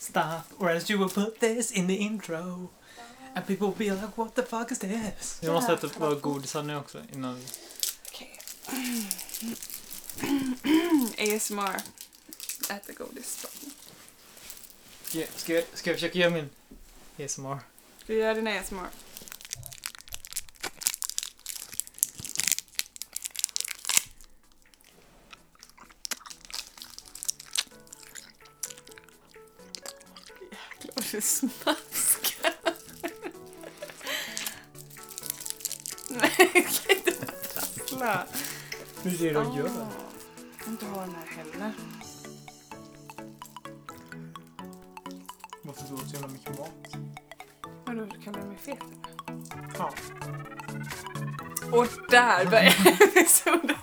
stop, or else you will put this in the intro. And people will be like, what the fuck is this? Jag måste äta upp våra godisar nu också innan vi... Okej. ASMR. Äta godis. Ska jag, ska jag, ska jag försöka göra min ASMR? Ska du göra din ASMR? Jäklar vad det smaskar. Nej, jag kan inte prassla. Hur ser Åh, Jag Ah. kan inte ha den här heller. Varför du åt så jävla mycket mat? Vadå, du kallar mig fet? eller? Ja. Och där börjar episoden.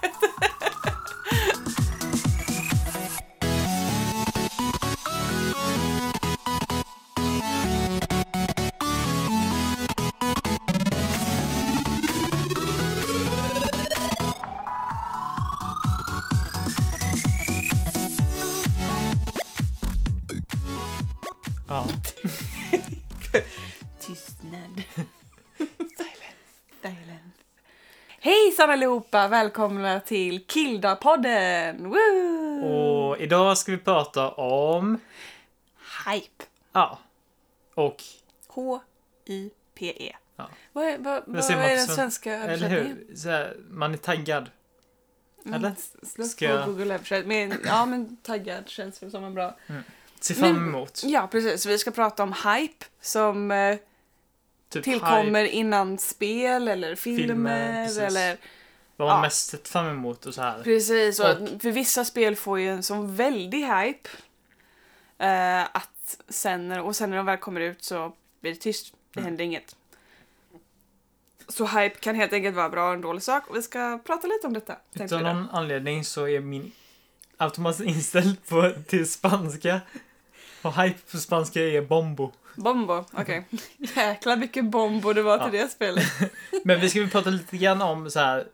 ja. Tystnad. Silence. Hejsan allihopa! Välkomna till Kilda-podden! Woo! Och idag ska vi prata om... Hype. Ja. Och... H-I-P-E. Ja. E. Vad är, vad, vad ser man är på den sven- svenska Eller översättningen? Mm. hur? Så här, man är taggad. Eller? Slå Ska jag- på Google översättning. Men, ja, men taggad känns väl som en bra... Se fram Men- emot. Ja, precis. Vi ska prata om hype som eh, Typ hype, tillkommer innan spel eller filmer, precis. eller... vad man ja. mest sett fram emot och så här. Precis, och Och- att- för vissa spel får ju en sån väldig hype. eh, att sen när, och sen när de väl kommer ut så blir det tyst. Det händer Mm. inget. Så hype kan helt enkelt vara bra och en dålig sak och vi ska prata lite om detta. tänkte Utan vi då. någon anledning så är min automatiskt inställd på, till spanska. Och hype på spanska är bombo. Bombo, okej. Jäkla mycket bombo det var till det spelet. Men vi ska väl prata lite grann om så här.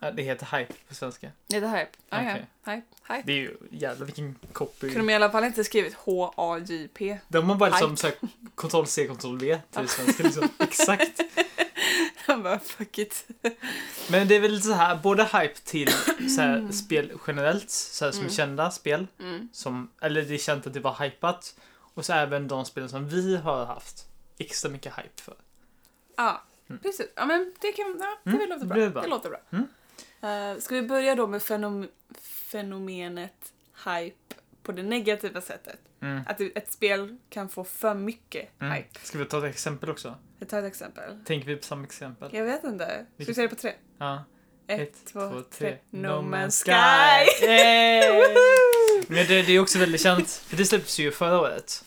ja, Det heter hype på svenska. Lite hype. Ah, Okej. ja. Hype, hype. Det är ju jävla vilken copy. Kunde de i alla fall inte skrivit H-A-J-P? De har bara liksom Hype. såhär kontroll C, kontroll V till svenska liksom. Exakt. Han bara fuck it. Men det är väl så här, både hype till så här, spel generellt, så här, som Mm. kända spel. Mm. Som, eller det är känt att det var hypat. Och så även de spel som vi har haft extra mycket hype för. Ja, Mm. precis. Ja, men det, kan, ja, det Mm, låter det bra. blir bra. Det låter bra. Mm. Eh, ska vi börja då med fenom fenomenet hype på det negativa sättet? Mm. Att det- ett spel kan få för mycket Mm. hype. Ska vi ta ett exempel också? Jag tar ett exempel. Tänker vi på samma exempel? Jag vet inte. Ska vi Vilket- säga det på tre? Ja. Ett, två, tre. No Man's Sky. Yay! Woho! Men det, det är också väldigt känt, för det släpptes ju förra året.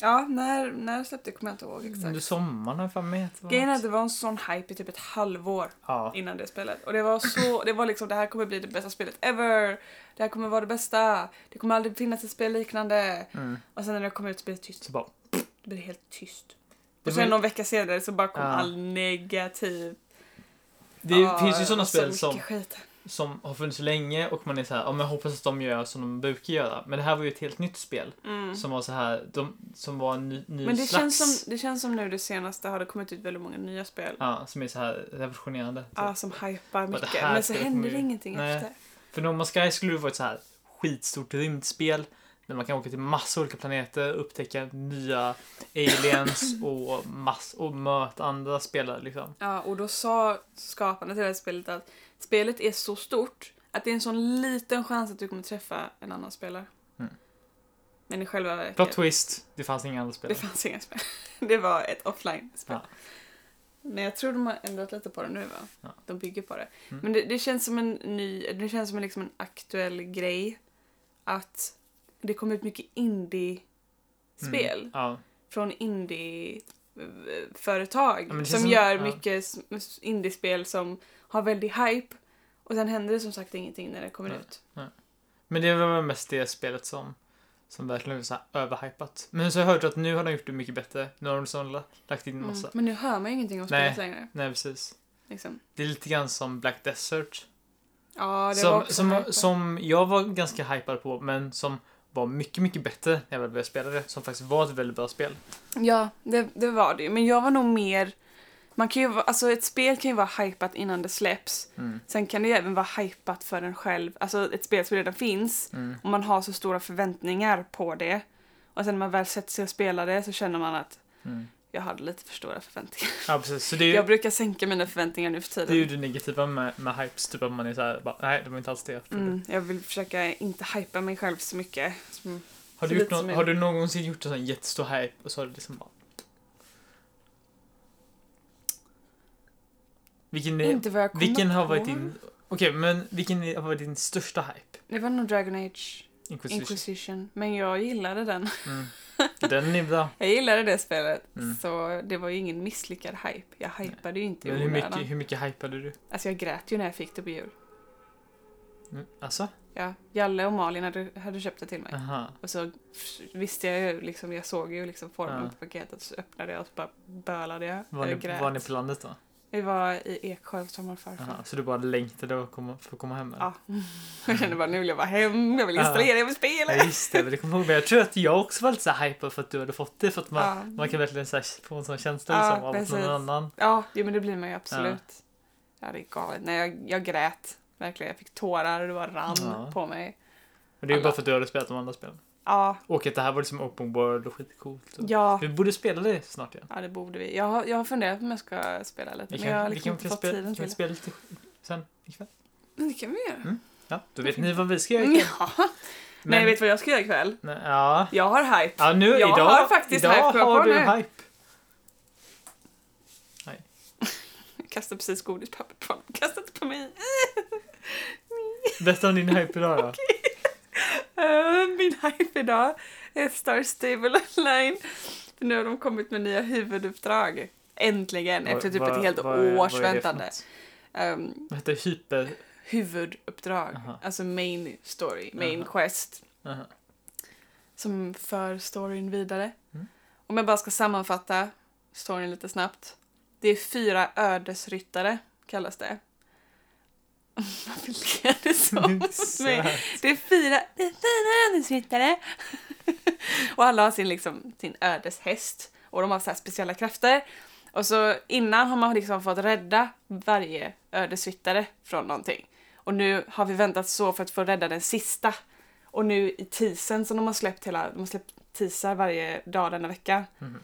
Ja, när, när släppte jag kommer jag inte ihåg exakt. Under sommaren har jag med. Grejen är att det var en sån hype i typ ett halvår. Ja. innan det spelet. Och det var så, det var liksom det här kommer bli det bästa spelet ever. Det här kommer vara det bästa. Det kommer aldrig finnas ett spel liknande. Mm. Och sen när det kom ut så blev det tyst. Så bara, Det blev helt tyst. Det Och sen var- någon vecka senare så bara kom Ja. all negativ. det Ah, finns ju sådana och så spel mycket som, Skit. som har funnits länge och man är så här, ja men jag hoppas att de gör som de brukar göra. Men det här var ju ett helt nytt spel Mm. som var så här, de, som var en ny, ny Men det slags. känns, som, det känns som nu det senaste har det kommit ut väldigt många nya spel. Ja, som är så här revolutionerande. Ah, som hypar det mycket. här Men så spelet händer kommer det ju- ingenting Nej. efter. För No Man's Sky skulle ju vara ett så här skitstort rymdspel där man kan åka till massa olika planeter, upptäcka nya aliens och, mass och möta andra spelare liksom. Ja, och då sa skaparna till det här spelet att spelet är så stort att det är en sån liten chans att du kommer träffa en annan spelare. Mm. Men i själva Plot verket, twist, det fanns inga andra det spelare. fanns inga spel. Det var ett offline-spel. Ja. Men jag tror de har ändrat lite på det nu va? Ja. De bygger på det. Mm. Men det, det känns som en ny, det känns som en, liksom en aktuell grej att det kom ut mycket indie-spel Mm. Ja. från indie-företag Ja, men det känns som som- gör ja. mycket s- s- indiespel som har väldigt hype och sen händer det som sagt ingenting när det kommer Nej. ut. Men det var väl mest det spelet som, som verkligen var så här överhypat. Men så har jag hört att nu har de gjort det mycket bättre. Nu har de liksom la- lagt in Mm. massa. Men nu hör man ju ingenting om Nej. spelet längre. Nej, precis. Liksom. Det är lite grann som Black Desert. Ja, det var som, också som, hype. som jag var ganska hypad på, men som var mycket, mycket bättre när jag väl började spela det. Som faktiskt var ett väldigt bra spel. Ja, det, det var det ju. Men jag var nog mer... Man kan ju, vara- alltså ett spel kan ju vara hypat innan det släpps. Mm. Sen kan det ju även vara hypat för en själv. Alltså ett spel som redan finns Mm. och man har så stora förväntningar på det. Och sen när man väl sätter sig och spelar det så känner man att Mm. jag hade lite för stora förväntningar. Ja, precis. Så det är ju, Jag brukar sänka mina förväntningar nu för det är ju tiden. det negativa med, med hypes. Typ att man är såhär, bara, nej, det var inte alls det. jag trodde." Mm, jag vill försöka inte hypa mig själv så mycket. Mm. Har, du Så gjort lite som någon, jag- har du någonsin gjort en sån jättestor hype och så har du liksom bara... Vilken, är, Inte vad jag kommer vilken har på. varit din... Okej, men vilken är- har varit din största hype? Det var nog Dragon Age Inquisition. Inquisition. Men jag gillade den. Mm. Den är bra. Jag gillade det spelet, Mm. så det var ju ingen misslyckad hype. Jag hypade ju inte i Men hur onödan. mycket, hur mycket hypade du? Alltså jag grät ju när jag fick det på jul. Mm, Alltså? Ja, Jalle och Malin hade, hade köpt det till mig. Aha. Och så f- visste jag ju liksom, jag såg ju liksom formen Ja. på paketet så öppnade jag och så bara bölade jag. Var jag ni, var ni på landet då? Vi var i Eksjö hos mormor och farfar. Aha, så du bara längtade att komma, för att komma hem? eller? Ja. Jag kände bara nu vill jag vara hem, jag vill Ja. installera, jag vill spela! Ja, just det. Men det kommer jag ihåg. Men jag tror att jag också var lite så här hypad för att du hade fått det. För att man, Ja. man kan verkligen så här, få en sån känsla Ja, liksom, av att precis. någon annan... Ja, jo, men det blir man ju absolut. Ja, det är galet. Nej, jag, jag grät. Verkligen, jag fick tårar och det bara rann Ja. på mig. Men det är ju bara Alla. för att du hade spelat de andra spelen. Ja, Och att det här var liksom open world och skitcoolt. Och... ja. Vi borde spela det snart igen. Ja, det borde vi. Jag har, jag har funderat på om jag ska spela lite, Vi men jag har vi liksom kan inte fått spela, tiden kan vi till spela lite sen ikväll. det. Det kan vi göra. Ja, då vet ni vad vi ska göra ikväll. Ja. Men vet du vad Mm, jag ska göra ikväll? Nej, Ja. Jag har hype. Ja, nu Jag idag. har faktiskt idag hype, kom jag har på du nu. hype. Jag kastade precis godispapper på honom. Kasta inte på mig. Berätta om din hype idag då. Eh, Min hype idag är Star Stable Online. För nu har de kommit med nya huvuduppdrag. Äntligen, efter typ Vad- ett helt vad- vad är- vad är det års för väntande. något? Ehm, Vad heter det? hyper... huvuduppdrag, Aha. alltså main story, main Aha. quest. Aha. som för storyn vidare. Mm. Om jag bara ska sammanfatta storyn lite snabbt. Det är fyra ödesryttare, kallas det. Varför ler du så mot Så mig? här. Det är fyra, det är fyra ödesryttare. och alla har sin, liksom, sin ödeshäst och de har så här speciella krafter. Och så innan har man liksom fått rädda varje ödesryttare från någonting. Och nu har vi väntat så för att få rädda den sista. Och nu i tisen som de har släppt hela, de har släppt teaser varje dag denna vecka. Mhm.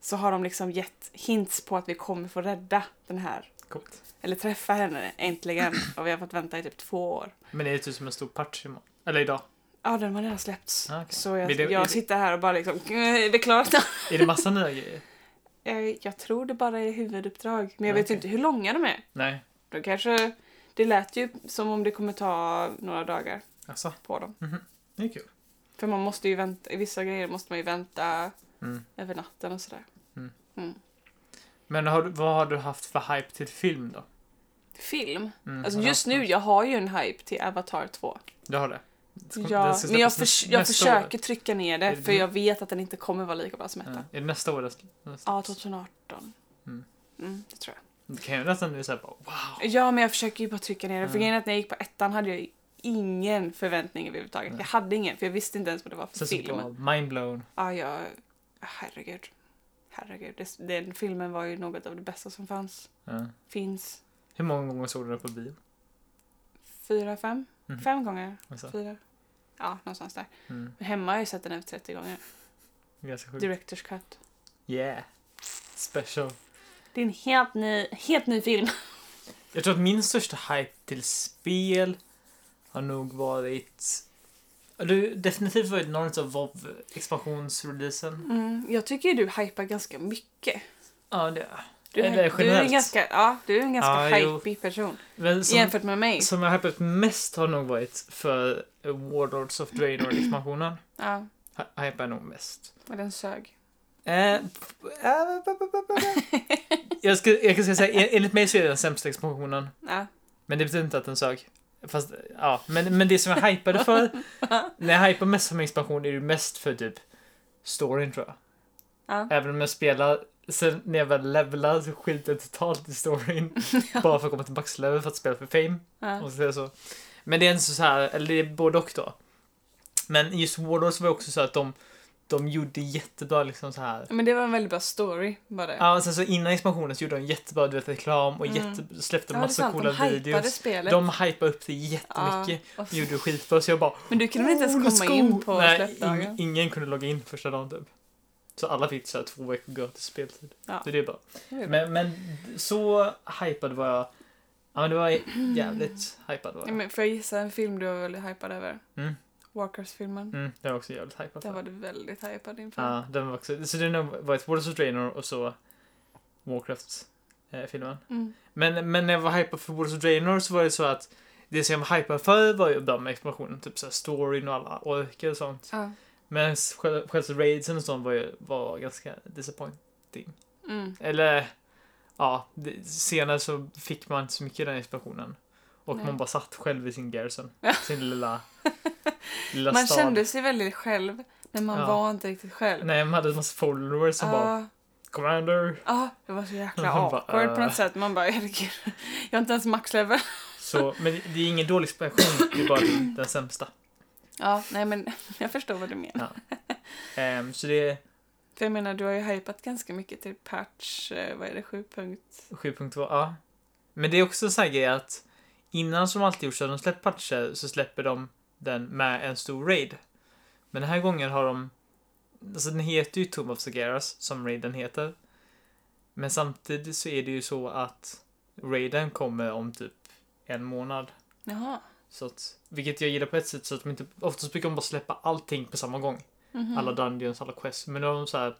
Så har de liksom gett hints på att vi kommer få rädda den här. Coolt. Eller träffa henne äntligen. Och vi har fått vänta i typ två år. Men det är typ som en stor patch imorgon. Eller idag. Ja, den har redan släppts. Ah, okej. Så jag, Blir det- är det- jag sitter här och bara liksom, "Eh, är det klart? Är det massa nya grejer? Eh, jag tror det bara är huvuduppdrag, men jag Ja, vet ju okej. inte hur långa de är. Nej. De kanske, det lät ju som om det kommer ta några dagar Alltså, på dem. det är kul. För man måste ju vänta, i vissa grejer måste man ju vänta Mm. över natten och sådär. Men har, du- vad har du haft för hype till film då? Film? Mm, Alltså har du just haft någon? nu, jag har ju en hype till Avatar 2. Du har det? Ja, men jag, förs- jag försöker trycka ner Är det, det för du- jag vet att den inte kommer vara lika bra som Ja. ettan. Mm. Är det nästa år? nästa- nästa- Ja, 2018. Mm. Mm, det tror jag. Det kan ju nästan bli såhär bara wow. Ja, men jag försöker ju bara trycka ner det. För Mm. grejen är att när jag gick på ettan hade jag ingen förväntning överhuvudtaget. Nej. Jag hade ingen, för jag visste inte ens vad det var för Sen så film. bara mindblown. Ja, jag... Herregud. Herregud. Det, den filmen var ju något av det bästa som fanns. Ja. Finns. Hur många gånger såg du den på bio? Fyra, fem? Mhm. Fem gånger? Alltså, Fyra? Ja, någonstans där. mm, Men hemma har jag sett den över 30 gånger. ganska sjukt. Directors cut. Yeah. Special. Det är en helt ny, helt ny film. Jag tror att min största hype till spel har nog varit... Ja, Det har definitivt varit någon av wow expansionsreleasen. Mm, jag tycker ju du hypar ganska mycket. Ja, det... Du, Eller du är en generellt. ganska, ja, du är en ganska Ja, jo. hypig person. Men som, Jämfört med mig. som jag har hypat mest har nog varit för Warlords of Draenor-expansionen. Ja, Hy- Hypar jag nog mest. och den sög. Eh, eh, jag, ska, jag ska säga, en- enligt mig så är det den sämsta expansionen. Ja. Men det betyder inte att den sög. Fast, ja. Men, men det som jag hypade för, när jag hypar mest som expansion är det mest för typ storyn tror jag. Ja. Även om jag spelar, sen när jag väl levlar så skiter jag totalt i storyn. Bara för att komma till maxlevel för att spela för fame. Ja. Och så, så. Men det är inte så så här, eller det är både och då. Men just Warlords var ju också så att de, de gjorde jättebra liksom så här. Men det var en väldigt bra story, var det. Ja, och sen så innan expansionen så gjorde de jättebra du vet, reklam och Mm. jätte, släppte Ja, det är massa sant, coola de hypade videos. spelet. De hypade upp det Ja, jättemycket. och f- Gjorde det skitbra så jag bara Men du kunde väl inte ens "Oh, let's komma go!" in på Nej, släppdagen? ing- ingen kunde logga in första dagen typ. Så alla fick så här två veckor gratis speltid. Ja. Så det är bara. Det var ju bra. Men, men så hypad var jag. Ja men det var jävligt hypad var Ja, jag. men får jag gissa en film du var väldigt hypad över? Mm. Walkers-filmen. Mm, det var också jävligt hypad. Den för. var du väldigt hypad inför. Ja, den var också. Så den har varit World of Draenor och så Warcraft-filmen. Mm. Men, men när jag var hypad för World of Draenor så var det så att det som jag var hypad för var ju bra med expansionen, typ såhär storyn och alla orker och sånt. Ja. Men s- själva själva raidsen och sånt var ju var ganska disappointing. Mm. Eller, ja, det- senare så fick man inte så mycket den expansionen. Och Nej. man bara satt själv i sin garrison, sin lilla, lilla Man stad. kände sig väldigt själv, men man Ja. var inte riktigt själv. Nej, man hade en massa followers som bara Ja. “Commander”. Ja, det var så jäkla Man bara, awkward på äh. något sätt. Man bara, herregud. Jag är inte ens maxlevel. Så, men det, det är ingen dålig expansion, det är bara den, den sämsta. Ja, nej men jag förstår vad du menar. Ehm, så det är För jag menar, du har ju hypat ganska mycket till patch, eh, vad är det, 7 punkt? 7.2, ja. Men det är också så här grej att innan som alltid gjort så har de släppt patcher så släpper de den med en stor raid. Men den här gången har de, alltså den heter ju Tomb of Sagaras som raiden heter. Men samtidigt så är det ju så att raiden kommer om typ en månad. Jaha. Så att, vilket jag gillar på ett sätt så att de inte, oftast brukar de bara släppa allting på samma gång. Mhm. Alla dungeons, alla quests. Men då har de så här,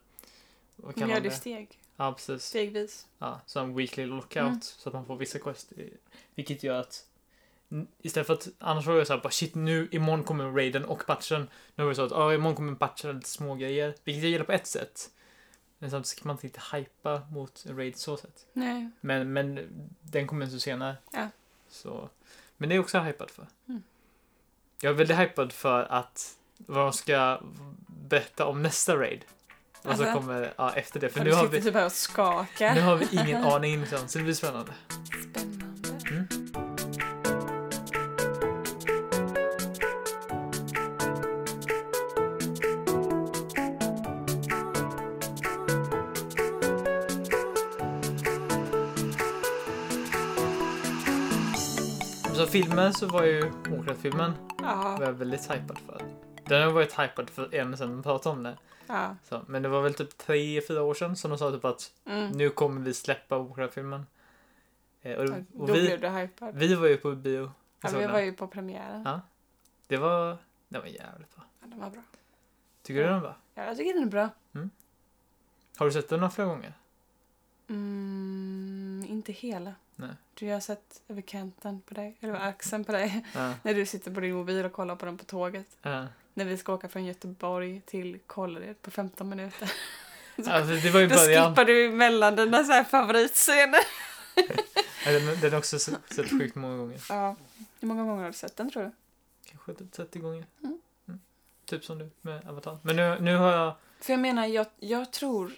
vad Man kallar gör man det i det? steg, Ja, precis. stegvis. Ja, så en weekly lockout Mm. så att man får vissa quest. i- Vilket gör att n- istället för att annars var jag såhär bara shit nu imorgon kommer raiden och patchen. Nu var det så att ja imorgon kommer patchen och lite smågrejer. Vilket jag gillar på ett sätt. Men samtidigt kan man inte hypa mot en raid så sätt. Nej. Men, men den kommer så senare. Ja. Så, men det är också jag hypad för. Mm. Jag är väldigt hypad för att vad de ska berätta om nästa raid. Vad som Alltså? kommer ja, efter det. För Ja, nu du har sitter vi typ här och skakar. nu har vi ingen aning liksom, så det blir spännande. Spännande. Mm. Så filmen så var ju Warcraft-filmen var Ja. jag väldigt hypad för. Den har jag varit hypad för ända sedan de pratade om det. ja. Så, men det var väl typ tre, fyra år sedan som de sa typ att Mm. nu kommer vi släppa Warcraft-filmen. Eh, och, Då och vi, blev du hypad. vi var ju på bio. Ja, Så vi den- var ju på premiären. Ja. Det var, det var jävligt bra. Ja, den var bra. Tycker du Ja. den var? Ja, jag tycker den är bra. Har du sett den några fler gånger? Mm, inte hela. Nej. Du jag har sett över kanten på dig, eller axeln på dig, Ja. när du sitter på din mobil och kollar på den på tåget. ja. När vi ska åka från Göteborg till Kållered på 15 minuter. Alltså, det var ju Då början. skippar du mellan dina så här favoritscener. Ja, Den, den har också sett, sett sjukt många gånger. Ja. Hur många gånger har du sett den tror du? Kanske typ 30 gånger. Mm. Mm. Typ som du med Avatar. Men nu, nu har jag... För jag menar, jag, jag tror...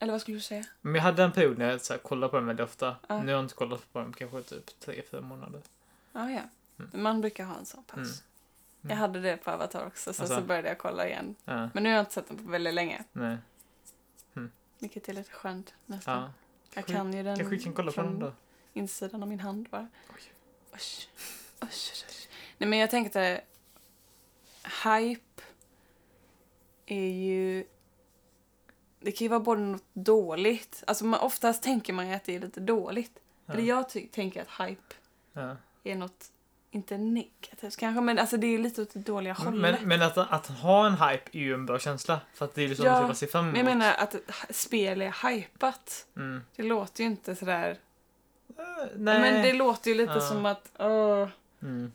Eller vad skulle du säga? Men jag hade en period när jag så här, kollade på den väldigt ofta. Ja. Nu har jag inte kollat på den på kanske typ 3-4 månader. Ja, ja. Man brukar ha en sån paus. Mm. Mm. Jag hade det på Avatar också, så, Alltså. så började jag kolla igen. Ja, Men nu har jag inte sett den på väldigt länge. nej. Vilket är lite skönt nästan. Ja. Jag kan ju den Kanske vi kan kolla på från den då. insidan av min hand bara. Oj. Usch. Usch, usch, usch. Nej men jag tänkte... Hype är ju... Det kan ju vara både något dåligt, alltså man, oftast tänker man ju att det är lite dåligt. Ja. Eller jag ty- tänker att hype Ja. är något, inte negativt kanske, men alltså det är lite åt det dåliga hållet. Men, Men, men att, att ha en hype är ju en bra känsla. För att det är ju liksom Ja, något man ser fram emot. jag menar att ett h- spel är hypat. Mm. Det låter ju inte sådär... Eh, nej. Men det låter ju lite Ja. som att... åh, Mm.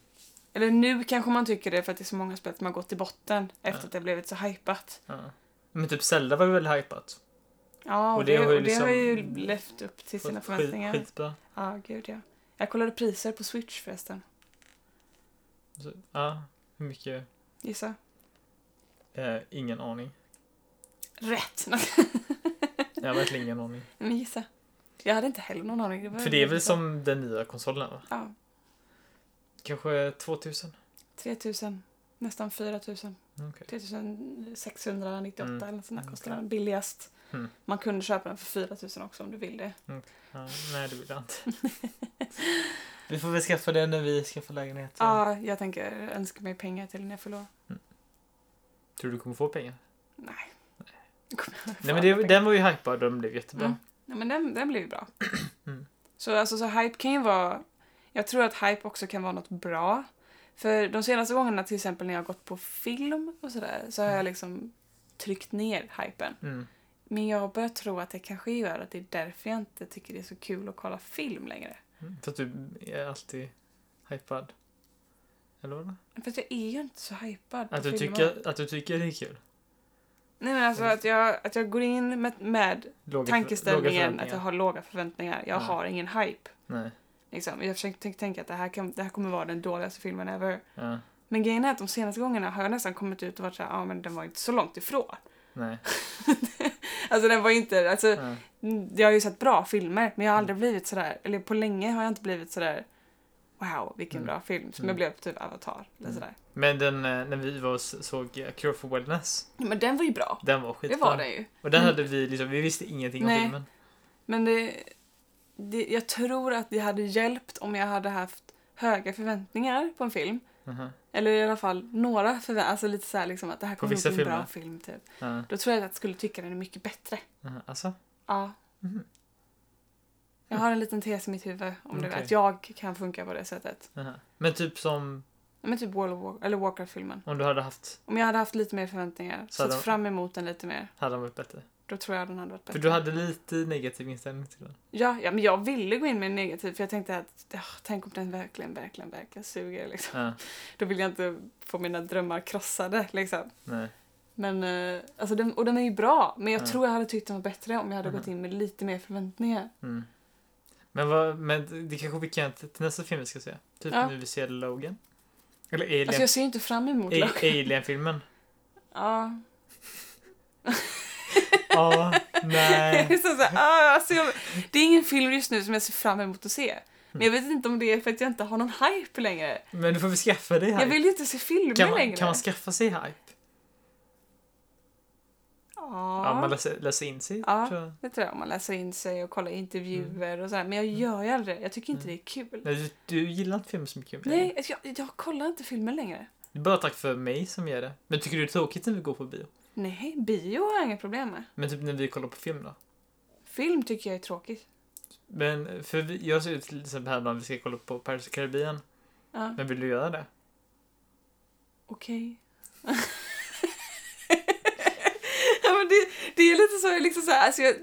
Eller nu kanske man tycker det för att det är så många spel som har gått till botten efter Ja. att det har blivit så hypat. Ja. Men typ Zelda var ju väldigt hypat. Ja, och Och det, det och har det ju har ju liksom levt upp till sina Skit- förväntningar. Skitbra. Ja, gud ja. Jag kollade priser på Switch förresten. Så, ja, hur mycket? Gissa. Eh, ingen aning. Rätt! Jag har verkligen ingen aning. Men gissa. Jag hade inte heller någon aning. var För det är väl väldigt bra. som den nya konsolen va? Ja, Kanske 2000? 3000. Nästan 4000. Okej. 3698 Mm. eller något sånt där kostar Okej. den billigast. Mm. Man kunde köpa den för 4000 också om du vill det. Ja, nej, det vill jag inte. vi får väl skaffa det när vi skaffar lägenhet. Ja, jag tänker önska mig pengar till när jag förlorar. Tror du du kommer få pengar? Nej. Jag kommer aldrig Nej, få men alla det, pengar. den var ju hypad och den blev jättebra. Mm. Nej, men den, den blev ju bra. Mm. Så alltså, så hype kan ju vara... Jag tror att hype också kan vara något bra. För de senaste gångerna, till exempel när jag har gått på film och sådär, så har jag liksom tryckt ner hypen. Mm. Men jag börjar tro att det kanske gör att det är därför jag inte tycker det är så kul att kolla film längre. Mm. För att du är alltid hypad. Eller vadå? För att jag är ju inte så hypad på Att du, filmer. tycker, att du tycker det är kul. Nej men alltså att jag, att jag går in med, med Låga, låga tankeställningen förväntningar. att jag har låga förväntningar. Jag Ja. har ingen hype. Nej. Liksom. Jag försöker tänk- tänka att det här, kan, det här kommer vara den dåligaste filmen ever. Ja. Men grejen är att de senaste gångerna har jag nästan kommit ut och varit såhär, ja ah, men den var inte så långt ifrån. Nej. Alltså den var inte, alltså Ja. jag har ju sett bra filmer men jag har aldrig blivit sådär, eller på länge har jag inte blivit sådär wow vilken Mm. bra film som Mm. jag blev på typ Avatar eller Mm. sådär. Men den, eh, när vi var och s- såg eh, Cure for Wellness, Ja, men den var ju bra. den var Det skitbra. var den ju. Och den Men- hade vi liksom, vi visste ingenting Nej. om filmen. Men det, det, jag tror att det hade hjälpt om jag hade haft höga förväntningar på en film. Mhm. Eller i alla fall några förväntningar, alltså lite såhär liksom att det här På kommer vissa bli en bra filmer? film typ. Ja. Då tror jag att jag skulle tycka den är mycket bättre. Mhm. Alltså? Ja. Mhm. Jag har en liten tes i mitt huvud om det, Okej. att jag kan funka på det sättet. Mhm. Men typ som Ja, Men typ World of War- eller Warcraft-filmen. om du hade haft, Om jag hade haft lite mer förväntningar, Så hade sett de- fram emot den lite mer, hade den varit bättre. då tror jag den hade varit bättre. För du hade lite negativ inställning till den. ja, ja, men jag ville gå in med en negativ för jag tänkte att "Ah, tänk om den verkligen, verkligen, verkligen suger. Liksom. Ja. Då vill jag inte få mina drömmar krossade. Liksom. Nej. Men, eh, alltså den, och den är ju bra, men jag Ja. tror jag hade tyckt den var bättre om jag hade Mhm. gått in med lite mer förväntningar. Mm. Men, vad, men det kanske vi kan till till nästa film vi ska se. Typ Ja. nu vi ser Logan. Eller Alien. Alltså jag ser ju inte fram emot A- Logan. Alien-filmen. Ja. Ja, nej. så så här, ah, alltså jag, det är ingen film just nu som jag ser fram emot att se. Men jag vet inte om det är för att jag inte har någon hype längre. Men du får väl skaffa dig hype. Jag vill ju inte se filmer kan, man, längre. kan man skaffa sig hype? ja, Ja, man läser, läser in sig. Ja. tror jag. det tror jag. Om man läser in sig och kollar intervjuer och sådär. Men jag gör ju aldrig det. Jag tycker inte Mm. det är kul. Nej, du, du gillar inte filmer så mycket. Nej, alltså jag, jag kollar inte filmer längre. Det är bara tack för mig som gör det. Men tycker du det är tråkigt när vi går på bio? Nej, bio har jag inga problem med. Men typ när vi kollar på film då? Film tycker jag är tråkigt. Men för vi, jag ser ju till exempel här när vi ska kolla på Paris och Karibien. Ja, Men vill du göra det? okej. ja, men det, det är lite så, jag liksom så här, alltså jag,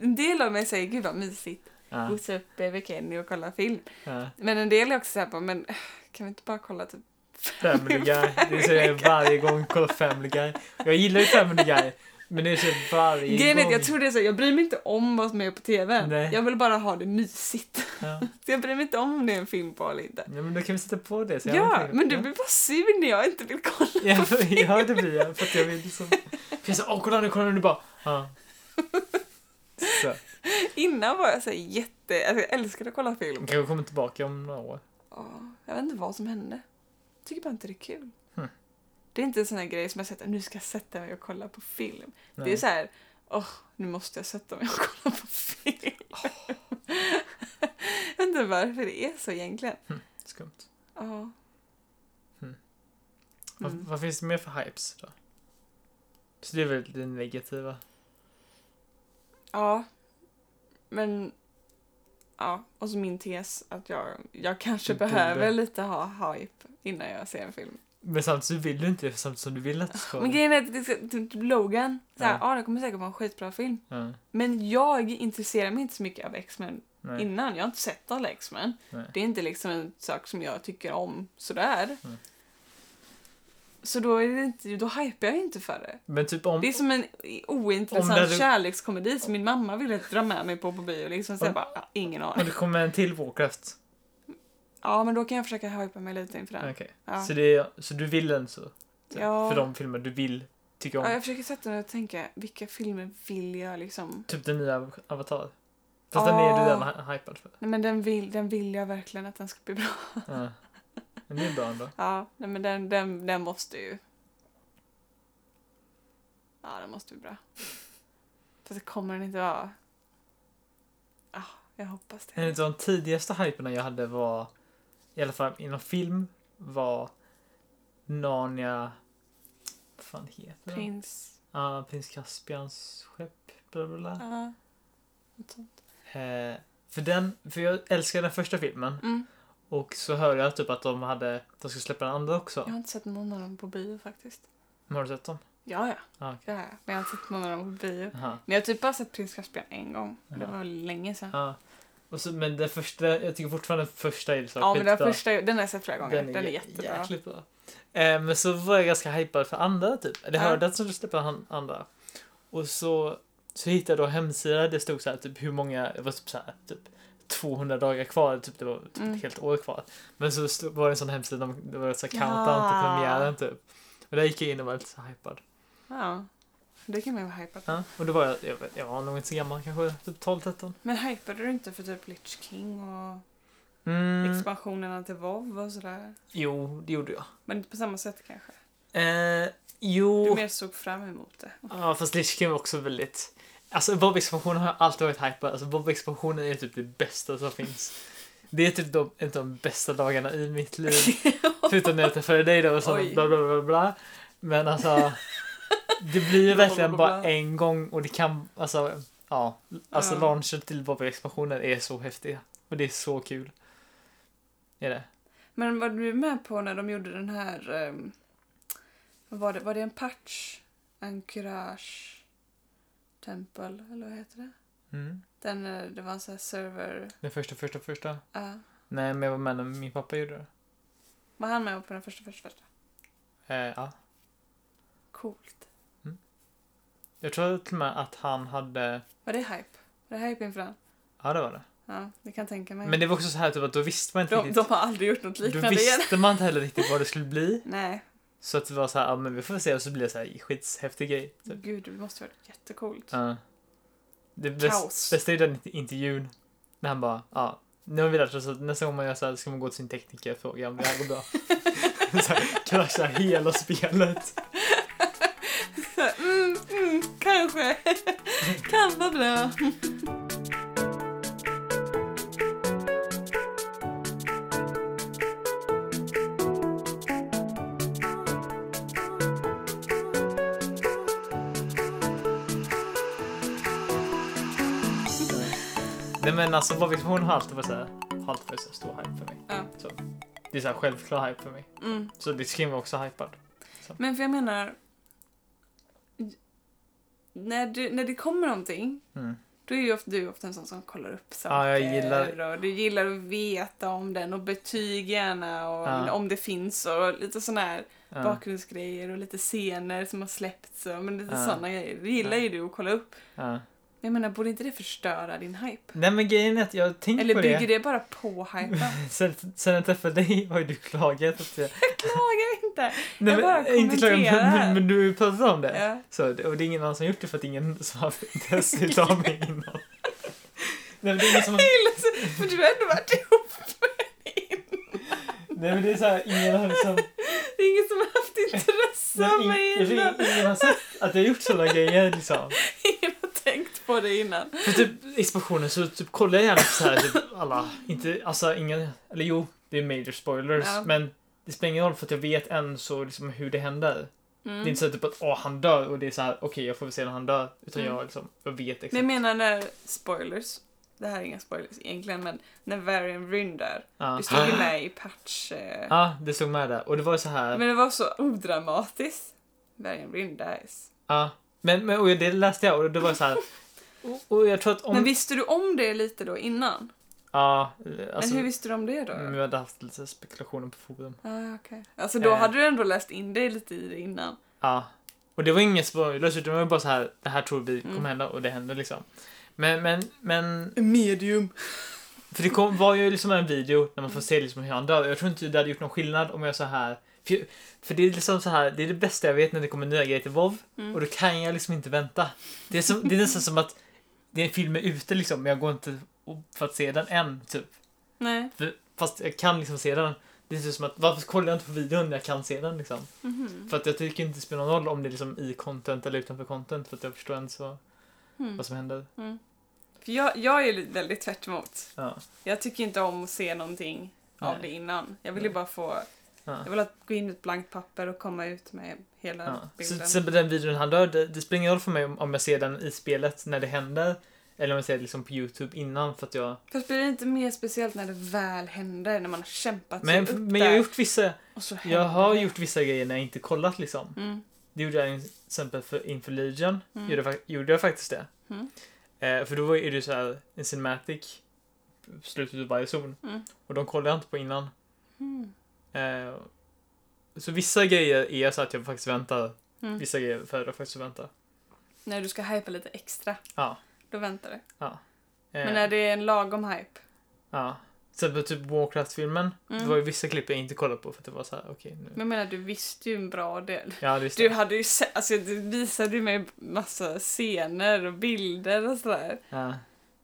en del av mig säger gud vad mysigt, Ja. gosa upp i bikini och kolla film. ja. Men en del är också såhär, men äh, kan vi inte bara kolla typ Family Guy. Det säger jag varje gång jag kollar Family Guy. Jag gillar ju Family Guy. Men det är så varje Grejen är gång. att jag tror det är så, här, jag bryr mig inte om vad som är på TV. Nej. Jag vill bara ha det mysigt. Ja. Så jag bryr mig inte om det är en film på eller inte. Nej, men då kan vi sätta på det. Så jag Ja, vet inte. men du blir bara sur när jag inte vill kolla. Ja, för- ja, det blir jag. För att jag vill liksom... För jag sa åh kolla nu, kolla nu, bara... Ja. Så. Innan var jag så här jätte... Alltså jag älskade att kolla De film. kanske kommer tillbaka om några år. Ja, jag vet inte vad som hände. Jag tycker bara inte det är kul. Hmm. Det är inte en sån här grej som jag sätter, nu ska jag sätta mig och kolla på film. Det är Nej. så här, åh, nu måste jag sätta mig och kolla på film. jag vet inte varför det är så egentligen. Skumt. Ja. Mm. Hm. Vad, Mm. vad finns det mer för hypes då? Så det är väl det negativa. Ja. Men... Ja, och så min tes att jag, jag kanske Du borde- behöver lite ha hype innan jag ser en film. Men samtidigt vill du inte det, för samtidigt som du vill att det ska Men vara. grejen är att det ska- typ Logan, såhär, Ja. ja. det kommer säkert vara en skitbra film. Ja, Men jag intresserar mig inte så mycket av X-Men nej, innan. Jag har inte sett alla X-Men. nej. Det är inte liksom en sak som jag tycker om sådär. Mm. Så då, är det inte, då hypar jag inte för det. Men typ om, Det är som en Om det ointressant hade- kärlekskomedi som min mamma ville dra med mig på på bio. Liksom, så jag bara, ja, ingen Mm. om aning. det kommer en till Warcraft. Ja, men då kan jag försöka hypa mig lite inför Okej. den. Ja. Så, det är, så du vill den så? typ, Ja. För de filmer du vill tycka om? Ja, jag försöker sätta mig och tänka, vilka filmer vill jag liksom? Typ den nya Av- Avatar. Fast den är du Ah. redan hy- hypad för. Nej, men den vill, den vill jag verkligen att den ska bli bra. Ja. Men det är bra ändå. Ja, nej, men den, den, den måste ju. Ja, den måste bli bra. Fast det kommer den inte vara. Ah, jag hoppas En det. av de tidigaste hyperna jag hade var, i alla fall inom film, var Narnia... Vad fan heter den? Prins. Ja, Prins Caspians skepp, bla bla bla. Ja. Något sånt. Eh, för den, för jag älskar den första filmen Mm. och så hörde jag typ att de hade, de skulle släppa den andra också. Jag har inte sett någon av dem på bio faktiskt. Men Har du sett dem? Ja, ja. Ja, okej. Det har jag. Men jag har inte sett någon av dem på bio. Aha. Men jag har typ bara sett Prins Caspian en gång. Det Ja. var länge sedan. Ja. Och så, men den första, jag tycker fortfarande den första är så Ja, men den skitbra. första, den har jag sett flera gånger. Den är, jä- jättebra. jäkligt bra. Eh, men så var jag ganska hypad för andra typ. Eller Ja. hörde att de skulle släppa han- andra. Och så, så hittade jag då en hemsida där det stod så här typ hur många, det var typ så här typ 200 dagar kvar, typ det var typ Mm. ett helt år kvar. Men så stod, var det en sån hemsida, om- det var så här Ja. countdown till premiären typ. Och där gick jag in och var lite så här hypad. Ja. Det kan man ju vara hypad. Ja. Och då var jag, jag, vet- jag var nog inte så gammal, kanske typ 12-13. Men hypade du inte för typ Lich King och Mm, expansionerna till WoW och sådär? jo, det gjorde jag. Men inte på samma sätt kanske? Eh, Du jo. mer såg fram emot det? Ja, fast Lich King var också väldigt... Alltså Bob-expansionen har jag alltid varit hypad. Alltså Bob-expansionen är typ det bästa som finns. Det är typ de, en av de bästa dagarna i mitt liv. Förutom när jag träffade dig då och sånt Oj. bla bla bla bla. Men alltså, det blir ju Bla, verkligen bla, bla, bara bla. en gång och det kan, alltså, ja. Alltså Ja. launchen till Bob-expansionen är så häftig. Och det är så kul. Är det? Men var du med på när de gjorde den här... ehm, vad var, det, var det en patch? Anchorage Temple, eller vad heter det? Mm. Den, eh, det var en sån här server... Den första, första, första. ja. Nej, men jag var med när min pappa gjorde det. var han med på den första första? första? Eh, ja. Coolt. Jag tror till och med att han hade... Var det hype? Var det hype inför den? Ja, det var det. Ja, det kan jag tänka mig. Men det var också så här typ att då visste man inte de, de riktigt. har aldrig gjort något då liknande igen. visste man inte heller riktigt vad det skulle bli. Nej, Så att det var så här, ja men vi får se och så blir det så här skithäftig grej. Typ. gud det måste ha varit jättecoolt. Ja. Det bäst, Kaos. bästa är den int- intervjun. När han bara, ja. Nu har vi lärt oss att nästa gång man gör så här ska man gå till sin tekniker och fråga om det här går bra. så här, kraschar hela spelet. Mm, mm, kanske. kan vara bra. Nej men alltså Bobbyxplosion har alltid varit så här, har alltid varit så här stor hype för mig. Ja. Så, det är så här självklar hype för mig. Mm. Så det skrev var också hypad. Men för jag menar... När, du, när det kommer någonting, Mm. då är ju ofta, du ofta en sån som kollar upp saker. Ja, jag gillar- och du gillar att veta om den och betyg gärna och Ja. om det finns och lite sån här Ja. bakgrundsgrejer och lite scener som har släppts och men lite Ja. såna sådana grejer. Det gillar Ja. ju du att kolla upp. Ja. Men jag menar, borde inte det förstöra din hype? Nej men grejen är att jag har tänkt Eller på bygger det. det bara på hypen? Sen, sen jag träffade dig har ju du klagat. Att jag, Klagar inte! nej, Jag bara men, inte klagat men, kommenterar. men, men du pratade om det. Ja. Så, det- och det är ingen annan som gjort det för att ingen som har testat av mig innan. Nej men det är liksom- ingen som har, För du har ändå varit ihop. nej, men det är så här, ingen har liksom, Det är ingen som har haft intresse av nej, mig ingen, innan. ingen, ingen har sett att jag har gjort sådana grejer liksom. Ingen har tänkt på det innan. Mm. För typ expansionen så typ kollar jag gärna på så här typ alla, inte, alltså ingen, eller jo, det är major spoilers Ja. men det spelar ingen roll för att jag vet än så liksom hur det händer. Mm. Det är inte så typ att åh, han dör och det är så här okej, jag får väl se när han dör. Utan Mm. jag liksom, jag vet exakt. Men jag menar när, spoilers, det här är inga spoilers egentligen, men när Varian Ryn dör. ja. Du stod ju med i patch... eh, Ja, det stod med där. Och det var så här. Men Men, det var så odramatiskt. Varian Ryn dies. ja. Men, men och det läste jag och det var så här. Och, och jag tror att om... Men visste du om det lite då innan? Ja, alltså. men hur visste du om det då? mm, Vi hade haft lite spekulationer på forum. Ah, okej. Alltså då Eh. hade du ändå läst in dig lite i det innan. Ja. Och det var inget spoilers utan det var bara så här. Det här tror vi kommer Mm. hända och det hände liksom. Men, men, men. Medium. För det kom, var ju liksom en video när man Mm. får se liksom hur han dör. Jag tror inte det hade gjort någon skillnad om jag så här. För, jag- för det är liksom så här, det är det bästa jag vet när det kommer nya grejer till WoW. Mm. Och då kan jag liksom inte vänta. Det är, som, det är nästan som att det är en film är ute liksom, men jag går inte för att se den än. Typ. Nej. För, fast jag kan liksom se den. Det är typ som att varför kollar jag inte på videon när jag kan se den liksom? Mhm. För att jag tycker inte det spelar någon roll om det är liksom i content eller utanför content för att jag förstår inte så Mm. vad som händer. För jag, jag är ju väldigt tvärt emot. Ja. Jag tycker inte om att se någonting av Nej. det innan. Jag vill ju bara få... Ja. Jag vill att gå in i ett blankt papper och komma ut med hela Ja. Så till bilden. exempel den videon han dör, det, det spelar ingen roll för mig om, om jag ser den i spelet när det händer. Eller om jag ser det liksom på YouTube innan för att jag... Fast blir det inte mer speciellt när det väl händer? När man har kämpat sig upp Men, men jag där Mm. har gjort vissa, och så händer jag har det. gjort vissa grejer när jag inte kollat liksom. Mm. Det gjorde jag till exempel för inför Legion. Mm. Gjorde, jag, fak- gjorde jag faktiskt det. Mm. Eh, för då var ju det så här en cinematic på slutet av varje zon. Mm. Och de kollade jag inte på innan. Mm. Eh, så vissa grejer är så att jag faktiskt väntar. Mm. Vissa grejer föredrar jag faktiskt att vänta. Eh, När du ska hypa lite extra, Ja. då väntar du. Eh, Men när det är en lagom hype. Ja. Sen på typ Warcraft-filmen. Det Mm. var ju vissa klipp jag inte kollade på för att det var så här, okej nu. Men jag menar, du visste ju en bra del. Ja, just Du det. hade ju se- alltså du visade ju mig massa scener och bilder och sådär. Ja.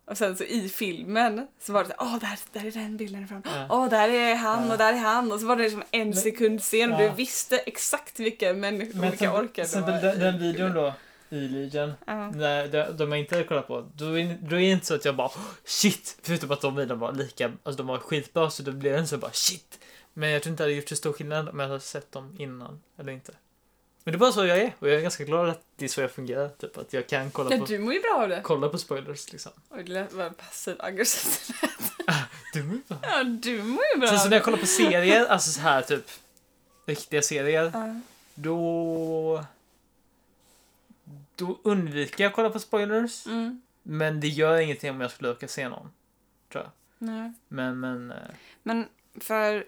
Och sen så i filmen så var det så åh där, där är den bilden ifrån. Ja. Åh där är han Ja. och där är han. Och så var det liksom en sekund scen och du Ja. visste exakt vilka människor, Men vilka till orkar exempel den, den videon då Mm. i Legion. Ja. Nej, de, de jag inte hade kollat på, då är, då är det inte så att jag bara "Åh, shit, förutom att de videorna var lika, alltså de var skitbra så då blev det inte så bara shit. Men jag tror inte det hade gjort så stor skillnad om jag hade sett dem innan eller inte. Men det är bara så jag är och jag är ganska glad att det är så jag fungerar, typ att jag kan kolla, Ja, på, du mår ju bra av det. kolla på spoilers liksom. Oj, det lät bara passiv aggressivt. Du mår ju bra. Ja, du mår ju bra Sen så av när det. jag kollar på serier, alltså så här typ riktiga serier, Ja. då då undviker jag att kolla på spoilers. Mm. Men det gör ingenting om jag skulle orka se någon. Nej. Men, men... eh, Men för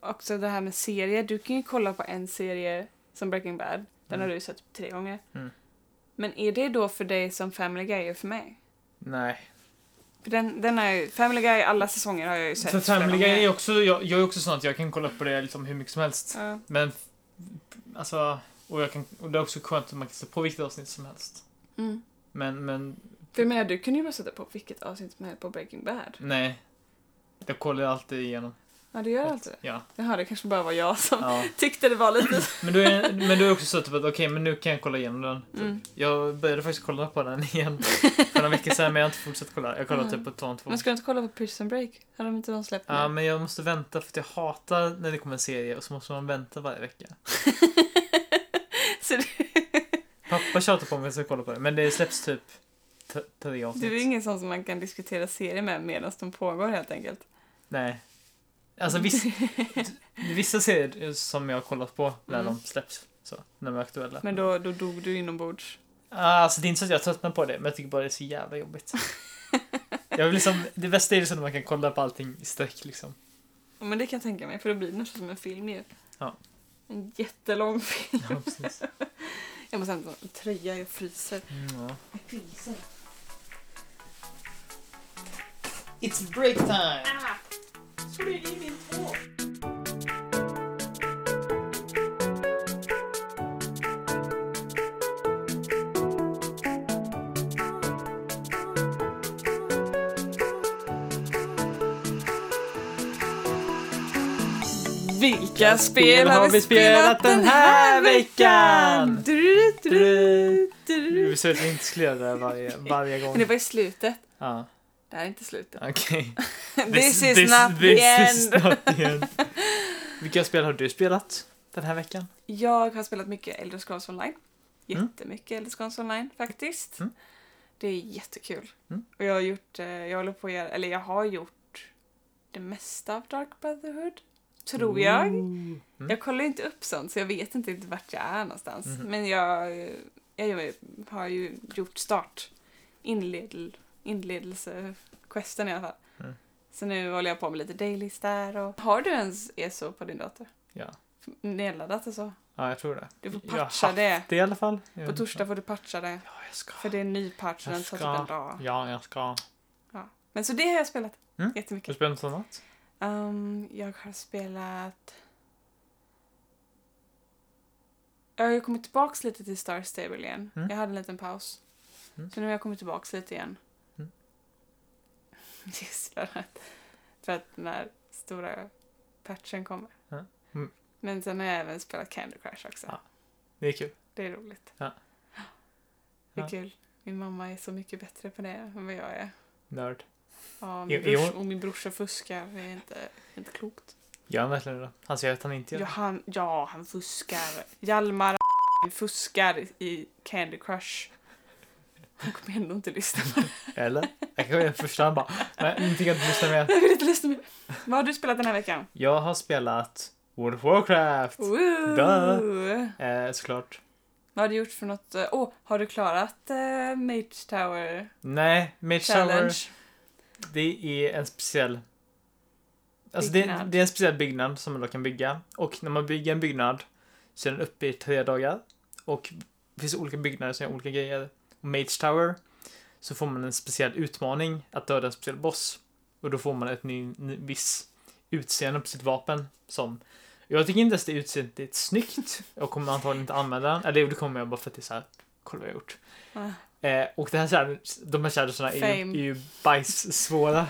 också det här med serier. Du kan ju kolla på en serie som Breaking Bad. Den Mm. har du ju sett tre gånger. Mm. Men är det då för dig som Family Guy är för mig? Nej. För den, den är ju, Family Guy, alla säsonger har jag ju sett. För flera Family Guy gånger. är också, jag, jag är också sån att jag kan kolla på det liksom hur mycket som helst. Ja. Men, f- alltså, och, jag kan, och det är också skönt att man kan sätta på vilket avsnitt som helst. Mm. Men, men, För jag menar, du kunde ju bara sätta på vilket avsnitt som helst på Breaking Bad. nej. Jag kollar alltid igenom. Ja, du gör alltid det. Ja. Jaha, det kanske bara var jag som ja. tyckte det var lite... Men då är, men då är det också så typ att okej, men nu kan jag kolla igenom den. Typ. Mm. Jag började faktiskt kolla på den igen för några veckor sedan, men jag har inte fortsatt kolla. Jag kollar typ på två och två. Men Mm. ska du inte kolla på Prison Break? Hade de inte de släppt Ja, nu? men jag måste vänta för att jag hatar när det kommer en serie och så måste man vänta varje vecka. Så Pappa tjatar på mig att jag ska kolla på det, men det släpps typ t- tre avsnitt. Du är ingen sån som man kan diskutera serier med medan de pågår helt enkelt. Nej. Alltså vissa, vissa serier som jag har kollat på när Mm. de släpps, så, när de är aktuella. Men då, då dog du inombords. Alltså det är inte så att jag tröttnar på det, men jag tycker bara det är så jävla jobbigt. jag vill liksom, det bästa är liksom när man kan kolla på allting i sträck liksom. Ja, Men det kan jag tänka mig, för då blir det nästan som en film ju. Ja. En jättelång film. Ja, precis. Jag måste hämta en tröja, jag fryser. Mm, ja. Jag fryser. It's break time! Så det är min tå. Vilka spel har vi spelat den här veckan? Du, du, du, Du du, du. du sa att vi inte skulle göra det här varje, varje gång. Men det var i slutet. Ja, Det här är inte slutet. okej. This, is not the Is end. not the end. Vilka spel har du spelat den här veckan? Jag har spelat mycket Elder Scrolls online. Jättemycket Elder Scrolls online faktiskt. Mm. Det är jättekul. Mm. Och jag har gjort, eh, jag håller på att göra, eller jag har gjort det mesta av Dark Brotherhood. Tror jag. Ooh. Mm. Jag kollar inte upp sånt så jag vet inte riktigt vart jag är någonstans. Mhm. Men jag, eh, jag gör ju- har ju gjort start. Inledel, inledelsequesten i alla fall. Mm. Så nu håller jag på med lite dailies där och... Har du ens ESO på din dator? Ja. Nedladdat och så? ja, jag tror det. Du får Jag har patcha det. Det i alla fall. På torsdag får du patcha det. Ja, jag ska. För det är en ny patch och den Jag tar typ ska. en dag. Ja, jag ska. Men så det har jag spelat Mm. Har du jättemycket. spelat något annat? Ehm, jag har spelat... Jag har ju kommit tillbaks lite till Star Stable igen. Mm. Jag hade en liten paus. Mm. Så nu har jag kommit tillbaks lite igen. Mm. Gisslar att... För att den här stora patchen kommer. Ja. Mm. Men sen har jag även spelat Candy Crush också. Ja. Det är kul. Det är roligt. Ja. Det är Ja. kul. Min mamma är så mycket bättre på det än vad jag är. Nörd. Ja, Jo, min jo. brors, och min brorsa fuskar. Det är inte, inte klokt. Gör han verkligen det? Han säger att han inte gör Ja det. han, ja, han fuskar. Hjalmar fuskar i Candy Crush. Han kommer ändå inte lyssna på det. Eller? Jag kan ju förstå han bara. Nej, nu fick jag inte lyssna mer. Jag vill inte lyssna på det. Vad har du spelat den här veckan? Jag har spelat World of Warcraft. Woo! Duh. Oh. Eh, såklart. Vad har du gjort för något? eh, Åh, har du klarat eh, Mage Tower Nej, Mage Challenge? Tower. Det är en speciell... Alltså det, Byggnad. det är en speciell byggnad som man då kan bygga. Och när man bygger en byggnad så är den uppe i tre dagar. Och det finns olika byggnader som gör olika grejer. Och Mage Tower så får man en speciell utmaning att döda en speciell boss. Och då får man ett ny, ny, viss utseende på sitt vapen som jag tycker inte ens det utseendet är snyggt. Jag kommer antagligen inte använda den. Eller jo, det kommer jag bara för att det är så här. Kolla vad jag har gjort. Ah. Eh, och det här kärl, de här kärlsarna är, ju- Fame. är ju bajssvåra.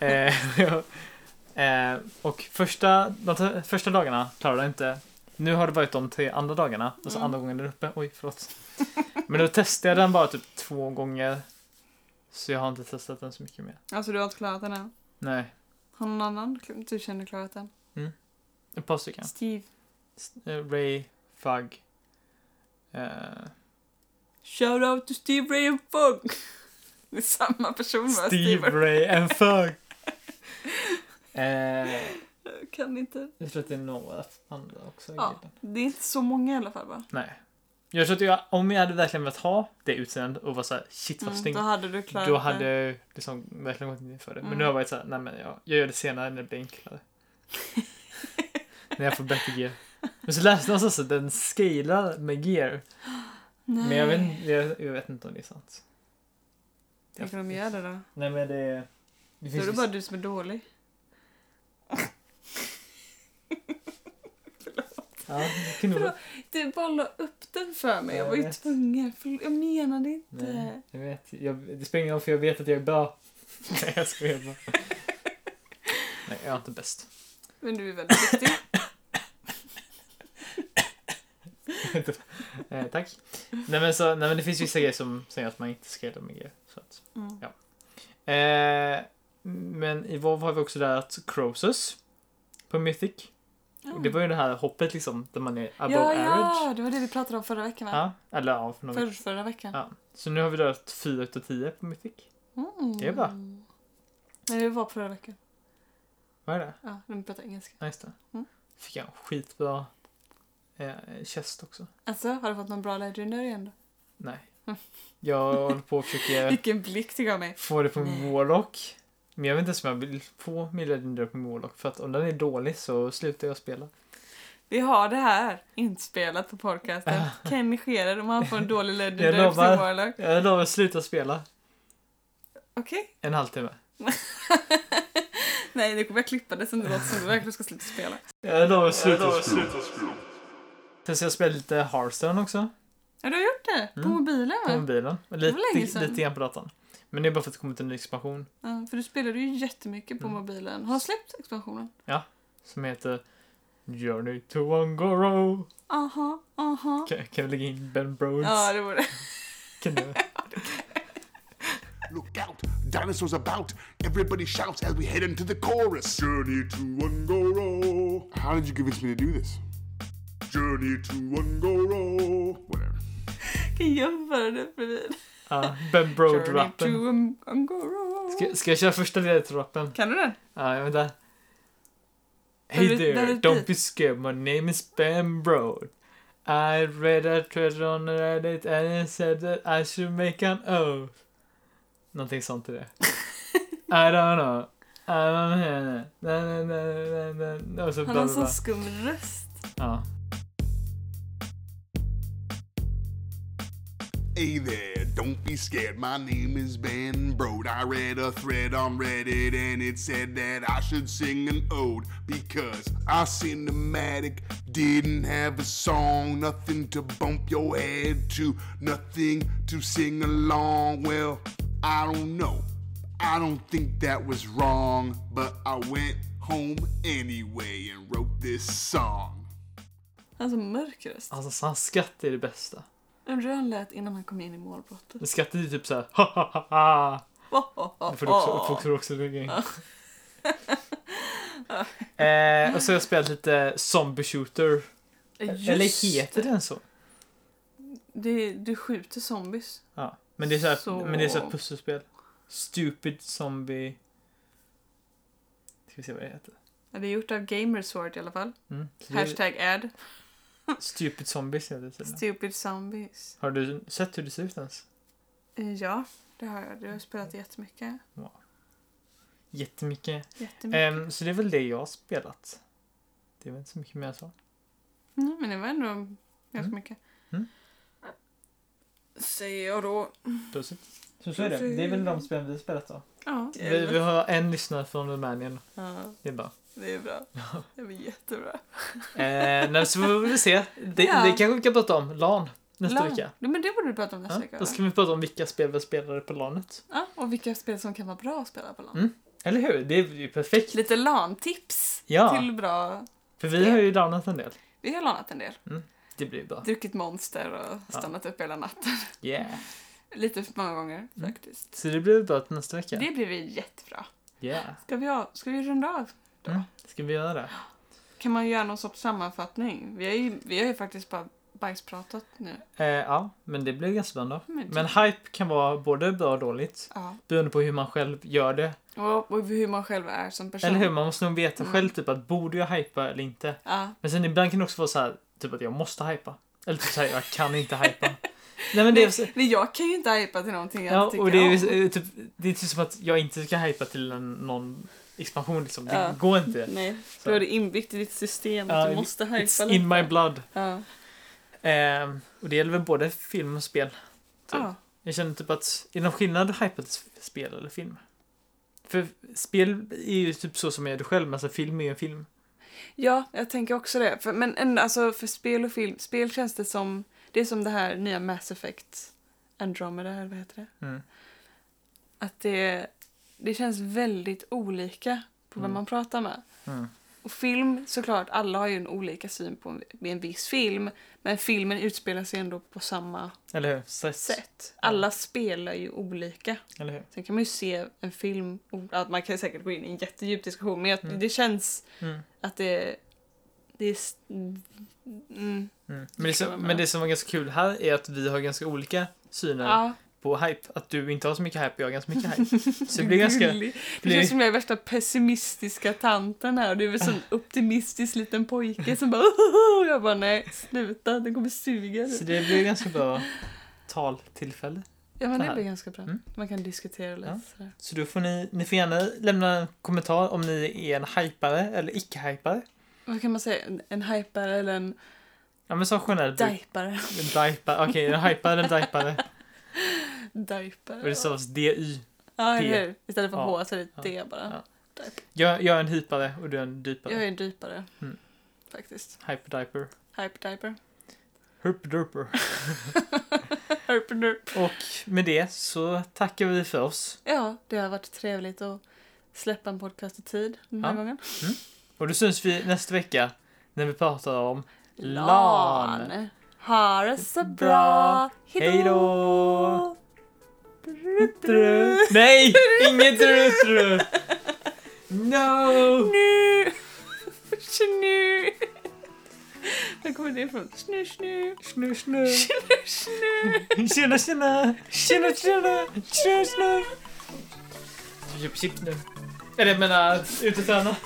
eh, eh, och första, de t- första dagarna klarade jag inte. Nu har det varit de tre andra dagarna. Alltså Mm. andra gången där uppe. Oj, förlåt. Men då testade jag den bara typ två gånger. Så jag har inte testat den så mycket mer. Alltså du har inte klarat den än? Nej, Har någon annan du känner klarat den? ett par stycken. Steve. S- eh, Ray, Fug. Eh, Shout out to Steve Ray and Funk! Det är samma person va? Steve Ray and Fug. Eh, Jag kan inte. jag tror att det är några andra också. Ja, det är inte så många i alla fall va? Nej. Jag tror att jag, om jag hade verkligen velat ha det utseendet och var såhär shit vad Mm, snyggt. då hade du klarat då hade det. jag ju liksom verkligen gått in för det. Men Mm. nu har jag varit såhär, nej men jag, jag gör det senare när det blir enklare. när jag får bättre gear. Men så läste jag någonstans att den scalar med gear. Nej. Men jag vet, jag, jag vet inte om det är sant. Tänk om de gör det då? Nej men det... Det Då är finns det bara du som är dålig. Ja, det kunde vara. Du bara la upp den för mig. Jag Jag var ju vet. tvungen. Förl- Jag menade inte. Nej, jag vet. Jag, det spelar ingen roll för jag vet att jag är bra. Nej, jag skojar bara. Nej, jag är inte bäst. Men du är väldigt duktig. Eh, tack. Nej men, så, nej men det finns vissa grejer som säger att man inte ska göra med grejer. Så att, Mm. eh, men i WoW har vi också lärt Croesus på Mythic. Och det var ju det här hoppet liksom, där man är above ja, average. ja, det var det vi pratade om förra veckan. va? Ja, eller ja, för Förr, något. förra veckan. Ja. Så nu har vi lärt 4 utav 10 på Mythic. Mm. Det är bra. Nej, det var förra veckan. Vad är det? Ja, de pratade engelska. Ja, just det. Mm. Fick jag en skitbra eh, chest också. Alltså, har du fått någon bra legendary igen då? Nej. Mm. Jag håller på och försöker Vilken blick du gav mig. få det på Nej. min Warlock. Men jag vet inte ens om jag vill få min Legendary på min Warlock. För att om den är dålig så slutar jag spela. Vi har det här inspelat på podcasten. Kenny Scherer, om han får en dålig legendary Ah. Jag på lovar. sin warlock. Jag lovar att sluta spela Okej. en halvtimme. Nej, det kommer jag klippa det sen det låter som du verkligen ska sluta spela. Jag lovar att sluta spela. Sen så jag spelade lite Hearthstone också. Ja, du har gjort det? På Mm. mobilen På va? mobilen. Och Det var länge lite, sedan. lite grann på datorn. Men det är bara för att det kommit en ny expansion. Ja, för du spelade ju jättemycket på Mm. mobilen. Har du släppt expansionen? Som heter Journey to Ongoro. Aha, aha. Kan, kan vi lägga in Ben Browns? Ja, det var det. Kan du? Look out! Dinosaurs about! Everybody shouts as we head into the chorus. Journey to Ungoro. How did you convince me to do this? Journey to Ungoro. Whatever. Kan jämföra det bredvid. Ja, Ben Journey Brode-rappen. to Ang- Angora. Ska, ska jag köra första ledtråden? Kan du den? Ja, jag vänta. Där Ah, Hey är- där there, är don't dit. be scared, my name is Ben Broad. I read a thread on Reddit and it said that I should make an oath. Någonting sånt är det. I don't know. I don't know. Na, na, na, na, na, na. Och så Han bla, har bla, en sån bla. skum röst. Ja. Hey there, don't be scared. My name is Ben Brode. I read a thread on Reddit and it said that I should sing an ode because our cinematic didn't have a song. Nothing to bump your head to, nothing to sing along. Well, I don't know. I don't think that was wrong, but I went home anyway and wrote this song. Alltså mörk röst. Alltså hans skratt är det bästa. Undrar hur han lät innan han kom in i målbrottet. Skrattet är typ såhär ha ha ha ha. Då får du också, Åh. får du också lägga in. eh, och så har jag spelat lite Zombie Shooter. Eh, Just Eller heter den så? det. Du skjuter zombies. Ja. Men det är såhär, Så. men det är såhär pusselspel. Stupid Zombie... Ska vi se vad det heter. Ja, Det är gjort av Gamersword i alla fall. Mm. Så det är Hashtag ad. Stupid Zombies heter det tydligen. Stupid zombies. Har du sett hur det ser ut ens? Eh, Ja, det har jag. Du har spelat jättemycket. Jättemycket. Jättemycket. Ehm, så det är väl det jag har spelat. Det är väl inte så mycket mer än så. Mm, men det var ändå ganska Mm. mycket. Mm. Säger jag då. Plötsligt. Så så är det. Det är väl de spelen vi har spelat då. Ja, Vi, vi har en lyssnare från Rumänien. ja Det är bra. det är bra. Det blir jättebra. Eh, nej, så får vi väl se. Det, Ja. det kanske vi kan prata om. LAN. Nästa LAN. vecka. Ja, men det borde du prata om nästa Ja, vecka. då va? ska vi prata om vilka spel vi spelade på LANet. Ja, och vilka spel som kan vara bra att spela på LAN. Mm. Eller hur? Det är ju perfekt. Lite LAN-tips Ja, till bra... för vi har ju LANat en del. Vi har lanat en del. Det blir bra. Druckit monster och stannat upp hela natten. Yeah. Lite för många gånger Mm. faktiskt. Så det blir bra till nästa vecka. Det blir vi jättebra. Yeah. Ska vi, ha, ska vi runda av? Mm. Ska vi göra det? Kan man göra någon sorts sammanfattning? Vi har ju, vi har ju faktiskt bara bajspratat nu. Eh, ja, men det blir ganska bra ändå. Men det- Men hype kan vara både bra och dåligt. Ja. Beroende på hur man själv gör det. Och, och hur man själv är som person. Eller hur? Man måste nog veta själv typ att borde jag hypa eller inte. Ja. Men sen ibland kan det också vara så här, typ att jag måste hypa. Eller typ så här, jag kan inte hypa. Nej men det är så... Nej, jag kan ju inte hypa till någonting jag Ja, inte tycker och det är, om. ju, eh, typ, det är typ som att jag inte ska hypa till en, någon expansion liksom. Det Ja. går inte. Nej, Så. då är det inbyggt i ditt system att Ja, du måste hypa It's in my blood. Ja. Ehm, och det gäller väl både film och spel. Typ. Ja. Jag känner typ att, är det någon skillnad att hypa till sp- spel eller film? För spel är ju typ så som jag är det själv, men alltså film är ju en film. ja, jag tänker också det. För, men en, alltså, för spel och film, spel känns det som, det är som det här nya Mass Effect Andromeda, eller vad heter det? Mm. Att det, det känns väldigt olika på vem Mm. man pratar med. Mm. Och film, såklart, alla har ju en olika syn på en, med en viss film. Men filmen utspelar sig ändå på samma Eller hur? Sätt. sätt. Alla spelar ju olika. Eller hur? Sen kan man ju se en film, och- att man kan säkert gå in i en jättedjup diskussion, men jag, det känns Mm. att det, det är... s- Mm, Mm. Men, det kan som, vara men med. det som var ganska kul här är att vi har ganska olika syner ja, på hype. Att du inte har så mycket hype och jag har ganska mycket hype. Så det blir ganska... gullig. Det blir- känns som jag är värsta pessimistiska tanten här och du är en sån Ah. optimistisk liten pojke som bara "Ohoho!" och jag bara nej, sluta, den kommer suga Så dig. det blir ganska bra taltillfälle. Ja men så det här. blir ganska bra. Mm. Man kan diskutera lite Ja. sådär. Så då får ni, ni får gärna lämna en kommentar om ni är en hypare eller icke-hypare. Vad kan man säga? En, en hypare eller en Ja men som generellt brukar- dajpare? en dajpare. Okej, en hypare eller en dajpare. Och Dajpare. det stavas DY. Ja, P. eller hur? Istället för Ja. H så är det Ja. D bara. Dajpare. Jag, jag är en hypare och du är en dypare. Jag är en dypare. Mm. Faktiskt. Hyperdiper. Hyperdiper. Herpderper. Herpnerp. Och med det så tackar vi för oss. Ja, det har varit trevligt att släppa en podcast i tid den här Ja. gången. Och då syns vi nästa vecka när vi pratar om LAN. Ha det så bra. Bra. Hej då! Nej! Inget drutru! No! Nu! Snu! Var kommer det ifrån? Snu, snu. Snu, snu. Snu, snu. Tjena, tjena! Tjena, tjena! Tjena, tjena! Jag köper chips nu. Eller jag menar, ut och träna.